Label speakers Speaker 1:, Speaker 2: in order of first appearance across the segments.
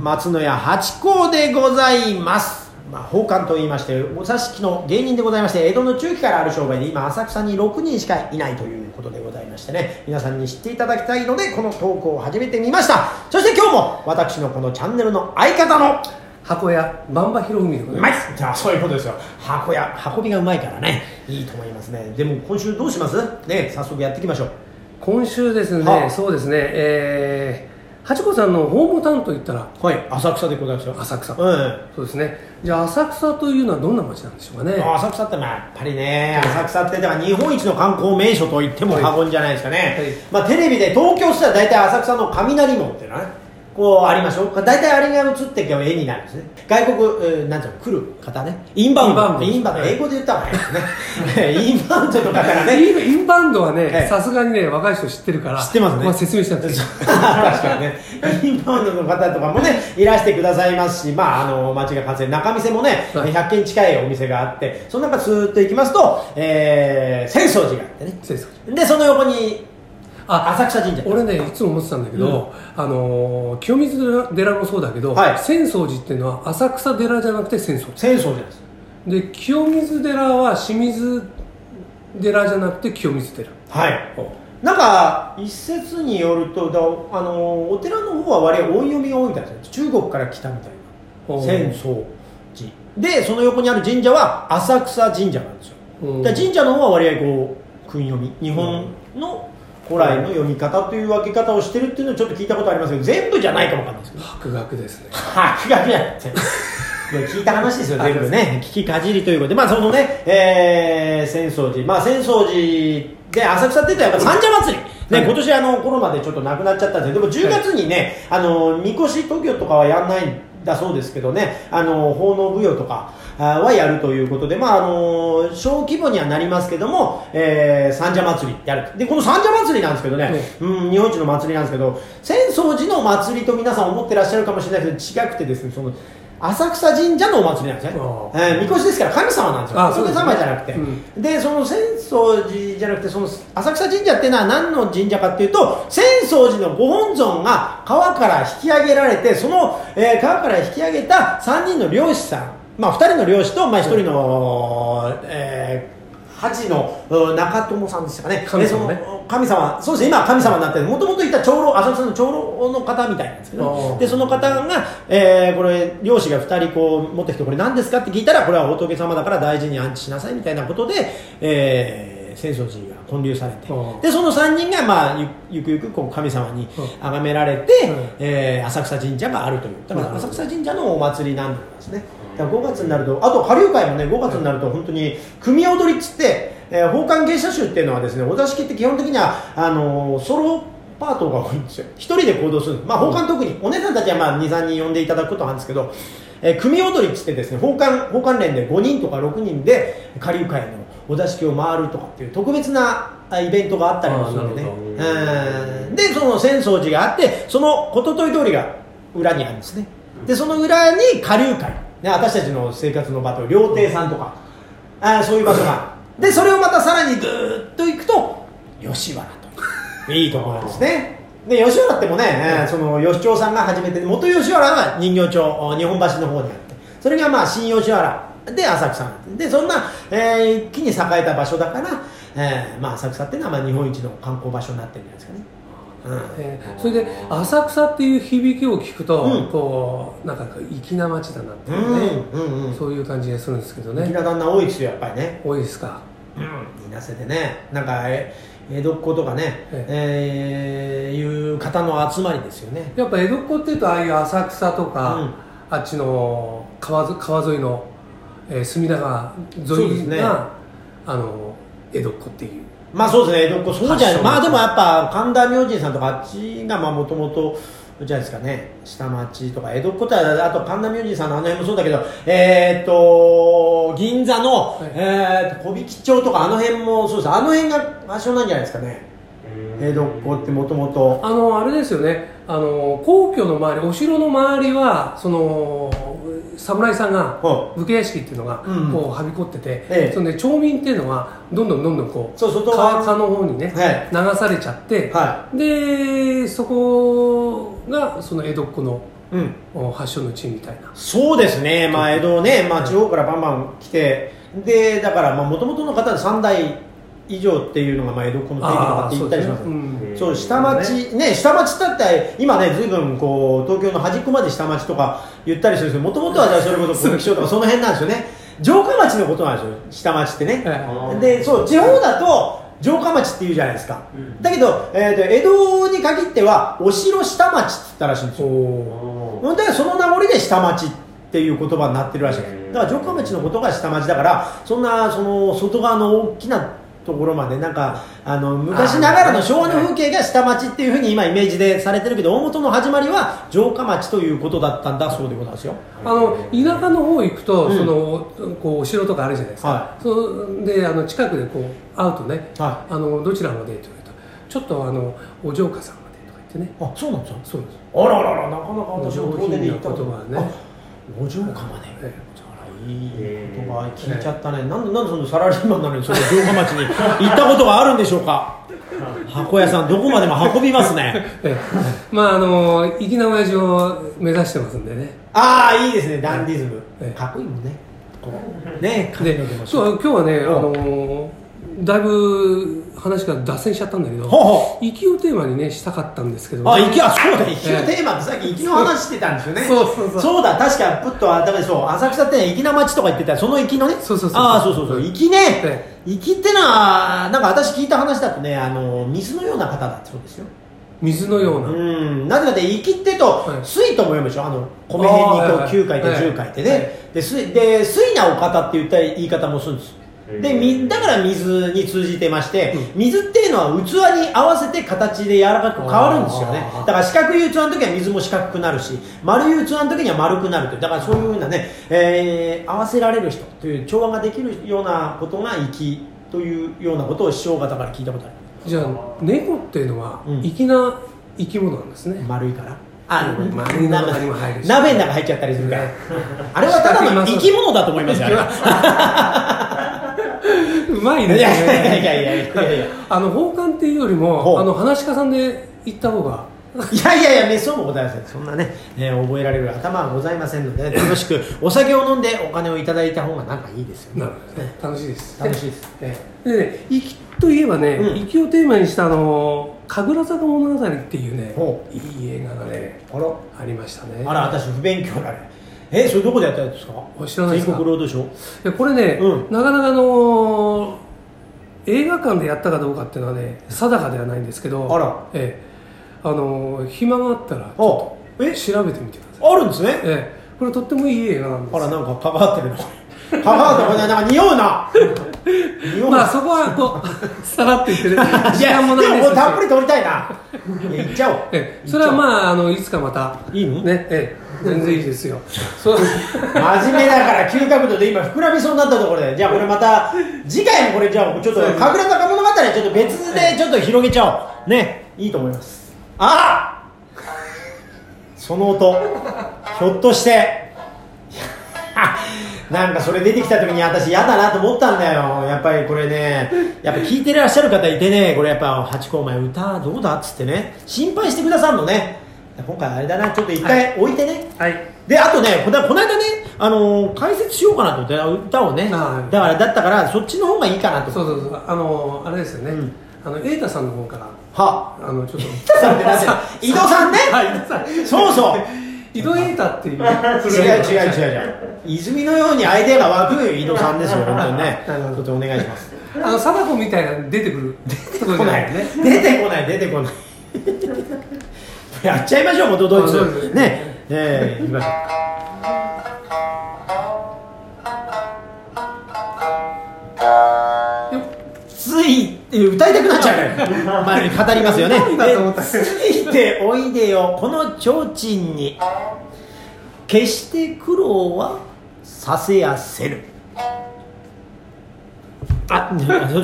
Speaker 1: 松野屋八甲でございます。まあ、宝冠と言いまして、お座敷の芸人でございまして、江戸の中期からある商売で、今、浅草に6人しかいないということでございましてね、皆さんに知っていただきたいので、この投稿を始めてみました。そして今日も、私のこのチャンネルの相方の、
Speaker 2: 箱屋万場博文でご
Speaker 1: う
Speaker 2: ざい
Speaker 1: ま
Speaker 2: ま
Speaker 1: い
Speaker 2: す
Speaker 1: じゃあそういうことですよ箱や運びがうまいからねいいと思いますねでも今週どうしますね早速やっていきましょう
Speaker 2: 今週です
Speaker 1: は
Speaker 2: ねそうですねえー、八子さんの訪問担当言ったら
Speaker 1: はい浅草でございますよ
Speaker 2: 浅草
Speaker 1: うん
Speaker 2: そうですねじゃあ浅草というのはどんな街なんでしょうかね
Speaker 1: あ浅草ってまあやっぱりね浅草ってでは日本一の観光名所と言っても過言じゃないですかね、まあ、テレビで東京したら大体浅草の雷門っていうのはねこうありましょう大体あれが映ってけば絵になるんですね外国、えーなんていうの来る方ねインバウンド
Speaker 2: インバウンド
Speaker 1: 英語で言った方がいいですね インバウンドとかからね
Speaker 2: インインバウンドは
Speaker 1: ええ
Speaker 2: ねさすがにね若い人知ってるから
Speaker 1: 知ってますね
Speaker 2: まあ、説明したんです
Speaker 1: そう確かにね、インバウンドの方とかもね、いらしてくださいますし、まあ、あの街が完成、仲見世もね、
Speaker 2: はい
Speaker 1: 100軒近いお店があって、その中、ずーっと行きますと、えー、浅草寺があってね、
Speaker 2: 先生
Speaker 1: で、その横に
Speaker 2: あ
Speaker 1: 浅草神社、
Speaker 2: 俺ねいつも思ってたんだけど、あのー清水寺寺もそうだけど、
Speaker 1: はい
Speaker 2: 浅草寺っていうのは浅草寺じゃなくて浅草寺
Speaker 1: 浅草寺なんです。
Speaker 2: で清水寺は清水寺じゃなくて清水寺
Speaker 1: はいなんか一説によるとだあのお寺の方は割合音読みが多いみたいですね中国から来たみたいな
Speaker 2: お
Speaker 1: 浅
Speaker 2: ー
Speaker 1: 草寺でその横にある神社は浅草神社なんですよ
Speaker 2: うん
Speaker 1: だから神社の方は割合こう訓読み日本の古来の読み方という分け方をしてるっていうのをちょっと聞いたことありますけど全部じゃないかもわかんないですけど
Speaker 2: 博学ですね
Speaker 1: 博学やっていや聞いた話 ですよ、全部ね、聞きかじりということで、まあ、そのね、えー、浅草寺、まあ、浅草寺で浅草って言ったら、やっぱ三社祭り、ね
Speaker 2: はい
Speaker 1: 今年あのコロナでちょっとなくなっちゃったんですけど、でも10月にね、あのみこし東京とかはやんないんだそうですけどね、あの奉納舞踊とかあーはやるということで、まああの、小規模にはなりますけども、えー、三社祭りやる、でこの三社祭りなんですけどね、
Speaker 2: はい
Speaker 1: うん、日本一の祭りなんですけど浅草寺の祭りと皆さん思ってらっしゃるかもしれないけど違くてですねその浅草神社のお祭りなんですね、
Speaker 2: あ
Speaker 1: えー、みこしですから神様なんですよ
Speaker 2: あそう
Speaker 1: 仏
Speaker 2: ですね
Speaker 1: 様じゃなくて、でその浅草寺じゃなくてその浅草神社っていうのは何の神社かっていうと浅草寺のご本尊が川から引き上げられてその、えー川から引き上げた3人の漁師さん、まあ、2人の漁師と、まあ、1人の、えー恥のうん中友さんでしたかね
Speaker 2: 神様ね
Speaker 1: でその神様そうですね今は神様になってもともといた長老浅草の長老の方みたいなんですけど
Speaker 2: あー
Speaker 1: でその方が、えーこれ漁師が2人こう持ってきてこれ何ですかって聞いたらこれは仏様だから大事に安置しなさいみたいなことで、えー、浅草寺が建立されて
Speaker 2: あー
Speaker 1: でその3人が、まあ、ゆゆくゆくこう神様に
Speaker 2: うん
Speaker 1: 崇められて、
Speaker 2: うん
Speaker 1: えー浅草神社があるというだから
Speaker 2: うん
Speaker 1: 浅草神社のお祭りなんですねだから5月になるとあと下流会もね5月になると本当に組踊りっつって、えー、奉還芸者集っていうのはですねお座敷って基本的にはあのーソロパートが多いんですよ一人で行動するんですまあ奉還特にお姉さんたちはまあ23人呼んでいただくことなんですけど、えー組踊りっつってですね奉還奉還連で5人とか6人で下流会のお座敷を回るとかっていう特別なあイベントがあったりもするんでね
Speaker 2: あーなるほど
Speaker 1: うんでその浅草寺があってその一昨日通りが裏にあるんですねでその裏に下流会、ね、私たちの生活の場と料亭さんとか、あーそういう場所がでそれをまたさらにぐーっと行くと吉原といういいところですねで吉原ってもね、えーその吉兆さんが始めて元吉原は人形町お日本橋の方にあってそれがまあ新吉原で浅草なんですでそんな、えー一気に栄えた場所だから、えーまあ、浅草っていうのはまあ日本一の観光場所になってるんじゃないですかね、うん
Speaker 2: えーそれで浅草っていう響きを聞くと、
Speaker 1: うん
Speaker 2: こうなんか粋な街だなって
Speaker 1: う
Speaker 2: い
Speaker 1: ん
Speaker 2: うね、
Speaker 1: うんうん
Speaker 2: そういう感じがするんですけど
Speaker 1: 粋
Speaker 2: ね
Speaker 1: な旦那多いですよやっぱりね
Speaker 2: 多いですか
Speaker 1: いなせでねなんかえ江戸っ子とかね、えーいう方の集まりですよね
Speaker 2: やっぱ江戸っ子っていうとああいう浅草とか、
Speaker 1: うん
Speaker 2: あっちの川沿川沿いの、えー隅田川沿いが
Speaker 1: そうですね
Speaker 2: あの江戸っ子っていう
Speaker 1: まあそうですね江戸っ子そうじゃない
Speaker 2: 発祥の地
Speaker 1: まあでもやっぱ神田明神さんとかあっちがもともとじゃないですかね下町とか江戸っ子とはあと神田明神さんのあの辺もそうだけどえーっと銀座の、
Speaker 2: はい
Speaker 1: えーっと小引町とかあの辺もそうですあの辺が場所なんじゃないですかね江戸っ子ってもともと
Speaker 2: あのあれですよねあの皇居の周りお城の周りはその侍さんが
Speaker 1: は
Speaker 2: 武家屋敷っていうのが
Speaker 1: うん
Speaker 2: こうはびこってて、
Speaker 1: ええ
Speaker 2: そんで町民っていうのはどんどんどんどんこう
Speaker 1: そう外側
Speaker 2: 川川の方にね、
Speaker 1: はい
Speaker 2: 流されちゃって、
Speaker 1: は
Speaker 2: でそこがその江戸っ子の
Speaker 1: い、うん
Speaker 2: お発祥の地みたいな
Speaker 1: そうですね、まあ、江戸ね、まあ、地方からバンバン来て、でだから、もともとの方で3代以上っていうのが、まあ、江戸っ子の定義とかって言ったりします
Speaker 2: あーそうですね
Speaker 3: うん
Speaker 1: そう下町、ね、下町だって今ね、ずいぶんこう東京の端っこまで下町とか言ったりするんですけど、もともとはじゃあそれこそ国気象とかその辺なんですよね、城下町のことなんですよ、下町ってね。
Speaker 2: ええ
Speaker 3: うん
Speaker 1: でそう地方だと城下町っていうじゃないですか、
Speaker 3: うん
Speaker 1: だけど、えーと江戸に限ってはお城下町って言ったらしいんですよ
Speaker 2: おー
Speaker 1: だからその名残で下町っていう言葉になってるらしいですだから城下町のことが下町だからそんなその外側の大きなところまでなんかあの昔ながらの昭和の風景が下町っていうふうに今イメージでされてるけど大元の始まりは城下町ということだったんだそうでございますよ
Speaker 2: あの田舎の方行くと、
Speaker 1: うん
Speaker 2: そのこうお城とかあるじゃないですか、
Speaker 1: は
Speaker 2: そうであの近くでこう会うとね、
Speaker 1: は
Speaker 2: あのどちらまでって言われるとちょっとあのお嬢家さんまでとか言ってね
Speaker 1: あそうなんですよ
Speaker 2: そうです
Speaker 1: あらららなかなか
Speaker 2: お
Speaker 1: 私
Speaker 2: 上
Speaker 1: も遠出
Speaker 2: 品
Speaker 1: で行
Speaker 2: な
Speaker 1: っ
Speaker 2: 言
Speaker 1: たこと
Speaker 2: 葉ね
Speaker 1: あお嬢下まで
Speaker 2: え
Speaker 1: いい言
Speaker 3: 言
Speaker 1: 葉
Speaker 3: 葉
Speaker 1: 聞いちゃったね、なんでなんでそのサラリーマンなのにその城下町に行ったことがあるんでしょうか箱屋さんどこまでも運びますね
Speaker 2: えええ まああの粋な親父を目指してますんでね
Speaker 1: ああいいですねダンディズム、
Speaker 2: ええ
Speaker 1: かっこいいもんねこうねえ
Speaker 2: でそう今日はねあのだいぶ話が脱線しちゃったんだけど
Speaker 1: ほうほ
Speaker 2: 粋をテーマにねしたかったんですけど、
Speaker 1: あ行きはそうだ行きのテーマってさっき行きの話してたんですよね
Speaker 2: そうそうそうそう
Speaker 1: だ確かプッと改めてそう浅草って行きな町とか言ってたその行きのね
Speaker 2: そうそうそうそう
Speaker 1: ああそうそうそう行きね
Speaker 2: え
Speaker 1: 行きってのはなんか私聞いた話だとねあの水のような方だってそうですよ
Speaker 2: 水のような、
Speaker 1: うん、なぜかって、生きてと
Speaker 2: は、い
Speaker 1: 水とも読むでしょ、あの米辺にこう
Speaker 2: あーはいはい
Speaker 1: 9回と10回ってね、で水で水なお方って言った言い方もするんです、でみだから水に通じてまして、水っていうのは器に合わせて形で柔らかく変わるんですよね、
Speaker 2: あー
Speaker 1: だから四角い器の時は水も四角くなるし、丸い器の時には丸くなるという、だからそういうふうなね、えー合わせられる人という、調和ができるようなことが生きというようなことを師匠方から聞いたことある。
Speaker 2: じゃあ猫っていうのは
Speaker 1: うん
Speaker 2: 粋な生き物なんですね、
Speaker 1: 丸いからあ
Speaker 2: うん丸いの中にも入るし
Speaker 1: 鍋の中入っちゃったりするからあれはただの生き物だと思いますよあれは
Speaker 2: うまい
Speaker 1: い
Speaker 2: ね
Speaker 1: やいやいやいやいやいやいや
Speaker 2: あの奉還っていうより
Speaker 1: ほう
Speaker 2: もあの話し家さんで行った方が
Speaker 1: いやいやいや、ね、そうもございません。そんなね、ね覚えられる頭はございませんので、楽しくお酒を飲んでお金をいただいた方がなんかいいですよね。
Speaker 2: なるほどね楽しいです
Speaker 1: 楽しいです。
Speaker 2: ええでね生きといえばね
Speaker 1: うん
Speaker 2: 生き、をテーマにしたあの「神楽坂物語」っていうね
Speaker 1: ほ
Speaker 2: いい映画がね
Speaker 1: あら、
Speaker 2: ありましたね
Speaker 1: あら、私不勉強だね。え、それどこでやったやつですか
Speaker 2: お知らないですか
Speaker 1: 全国ロードショー。
Speaker 2: でこれね、
Speaker 1: う
Speaker 2: なかなかあの映画館でやったかどうかっていうのはね定かではないんですけど
Speaker 1: あら
Speaker 2: ええあの暇があったら
Speaker 1: あ、え、
Speaker 2: 調べてみてください、
Speaker 1: あるんですね。
Speaker 2: ええ、これとってもいい映画なんです
Speaker 1: あら、なんか関わってるな。関わってるな、なんか匂うな。匂うな。
Speaker 2: まあそこはこうさらって言ってる
Speaker 1: い
Speaker 2: 時
Speaker 1: や
Speaker 2: 間もない
Speaker 1: で
Speaker 2: で
Speaker 1: も
Speaker 2: す
Speaker 1: もう
Speaker 2: した
Speaker 1: っぷり取りたい な。いや、行っちゃおう。
Speaker 2: ええそれはまああのいつかまた
Speaker 1: いいの
Speaker 2: ねええ全然いいですよ そう
Speaker 1: 真面目だから急角度で今膨らみそうになったところでじゃあこれまた次回もこれじゃあちょっと神楽坂物語はちょっと別でちょっと広げちゃおうねいいと思いますああその音ひょっとしてい やなんかそれ出てきた時に私嫌だなと思ったんだよやっぱりこれねやっぱ聞いてらっしゃる方いてねこれやっぱ「ハチ公お前歌どうだ?」っつってね心配してくださるのね今回あれだなちょっと一回置いてね、
Speaker 2: はい
Speaker 1: であとねこだこの間ね、あのー解説しようかなと思って歌をねだ
Speaker 2: はい
Speaker 1: からだったからそっちの方がいいかなと
Speaker 2: そうそうそうあのあれですよね、
Speaker 1: うん
Speaker 2: あの瑛太さんの方から
Speaker 1: は
Speaker 2: あのちょっと
Speaker 1: あさんってなって る井戸さんね
Speaker 2: はい井戸さん
Speaker 1: そうそう
Speaker 2: 井戸瑛太っていう
Speaker 1: 違う違う違う違う 泉のようにアイデアが湧く井戸さんですよ本当にね
Speaker 2: なるほど
Speaker 1: ちょっとお願いします
Speaker 2: あの貞子みたいなの出てくる出てこ
Speaker 1: 来ない出てこない出てこないやっちゃいましょう元ドイ
Speaker 2: あそうで
Speaker 1: ツ
Speaker 2: す
Speaker 1: ねええ行きましょうついて歌いたくなっちゃうからまあ語りますよね
Speaker 2: 何だと思った
Speaker 1: でついておいでよこの提灯に決して苦労はさせやせるあ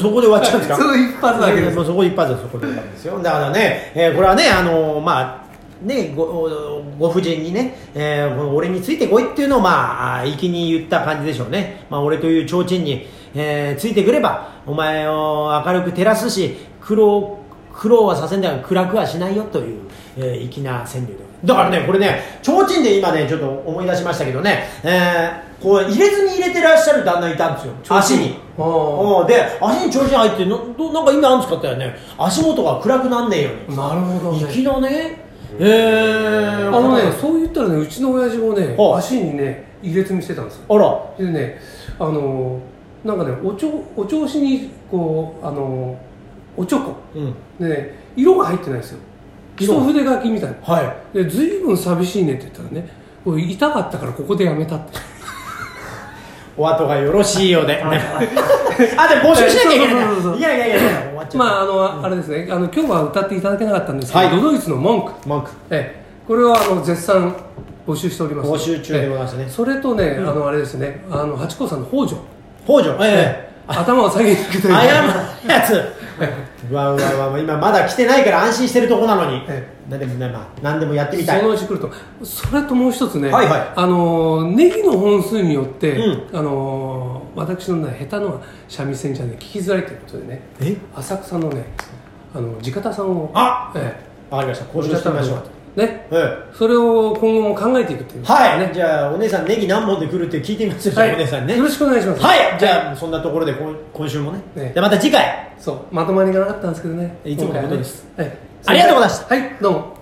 Speaker 1: そこで終わっちゃ うんですか
Speaker 2: その一発だけです
Speaker 1: もうそこ一発ですそこで終わるんですよだからね、えーこれはねあのーまあねごごご婦人にね、えーこの俺についてこいっていうのをまああー粋に言った感じでしょうねまあ俺という提灯に、えーついてくればお前を明るく照らすし苦労苦労はさせんだが暗くはしないよという、えー粋な川柳でございますだからねこれね提灯で今ねちょっと思い出しましたけどね、えーこう入れずに入れてらっしゃる旦那いたんですよ
Speaker 2: 提灯
Speaker 1: 足に
Speaker 2: あー
Speaker 1: うんで足に提灯入ってのどなんか意味あるんですかって言ったらね足元が暗くなんねえように
Speaker 2: なるほどね
Speaker 1: 粋なねえー、
Speaker 2: あのねそう言ったらねうちの親父もね
Speaker 1: はい
Speaker 2: 足にね入れ墨してたんですよ
Speaker 1: あら
Speaker 2: でねあのなんかねおちょお調子にこうあのおちょこ
Speaker 1: うん
Speaker 2: でね色が入ってないんですよ
Speaker 1: 色
Speaker 2: 一筆書きみたいな
Speaker 1: はい
Speaker 2: で随分寂しいねって言ったらねこれ痛かったからここでやめたって
Speaker 1: お後がよろしいようで あでも募集しなきゃいけ
Speaker 2: そうそうそうそ
Speaker 1: な
Speaker 2: う
Speaker 1: いいやいやいやいや終わっちゃう
Speaker 2: まああの、あれですねあの今日は歌っていただけなかったんですけど、
Speaker 1: はい
Speaker 2: ドドイツの文句
Speaker 1: 文句
Speaker 2: ええこれはあの絶賛募集しております
Speaker 1: 募集中でございますね
Speaker 2: ええそれとね、あのあれですねあの八甲さんの北条、
Speaker 1: 北条ええ
Speaker 2: 頭を下げに行くという
Speaker 1: 謝るやつう わうわうわ今まだ来てないから安心してるとこなのに
Speaker 2: え
Speaker 1: 何でも,、まあ、何でもやってみたい
Speaker 2: そのうち来るとそれともう一つね、
Speaker 1: はいはい
Speaker 2: あのネギの本数によって、
Speaker 1: う
Speaker 2: あの私の、ね、下手の三味線じゃね聞きづらいということでね
Speaker 1: え
Speaker 2: 浅草のねあの直方さんを
Speaker 1: あ
Speaker 2: ええ
Speaker 1: わかりました交渉してみましょう
Speaker 2: ね
Speaker 1: え
Speaker 2: それを今後も考えていくっていう
Speaker 1: え
Speaker 2: こと
Speaker 1: はい、
Speaker 2: ね
Speaker 1: じゃあお姉さんネギ何本で来るって聞いてみますよ、お姉さんね
Speaker 2: よろしくお願いします
Speaker 1: はいじゃあそんなところで今今週もね、
Speaker 2: ええ
Speaker 1: じゃあまた次回
Speaker 2: そうまとまりがなかったんですけどね
Speaker 1: いつものことです
Speaker 2: 今回はねは
Speaker 1: あ
Speaker 2: い
Speaker 1: りがとうございまし
Speaker 2: はいどうも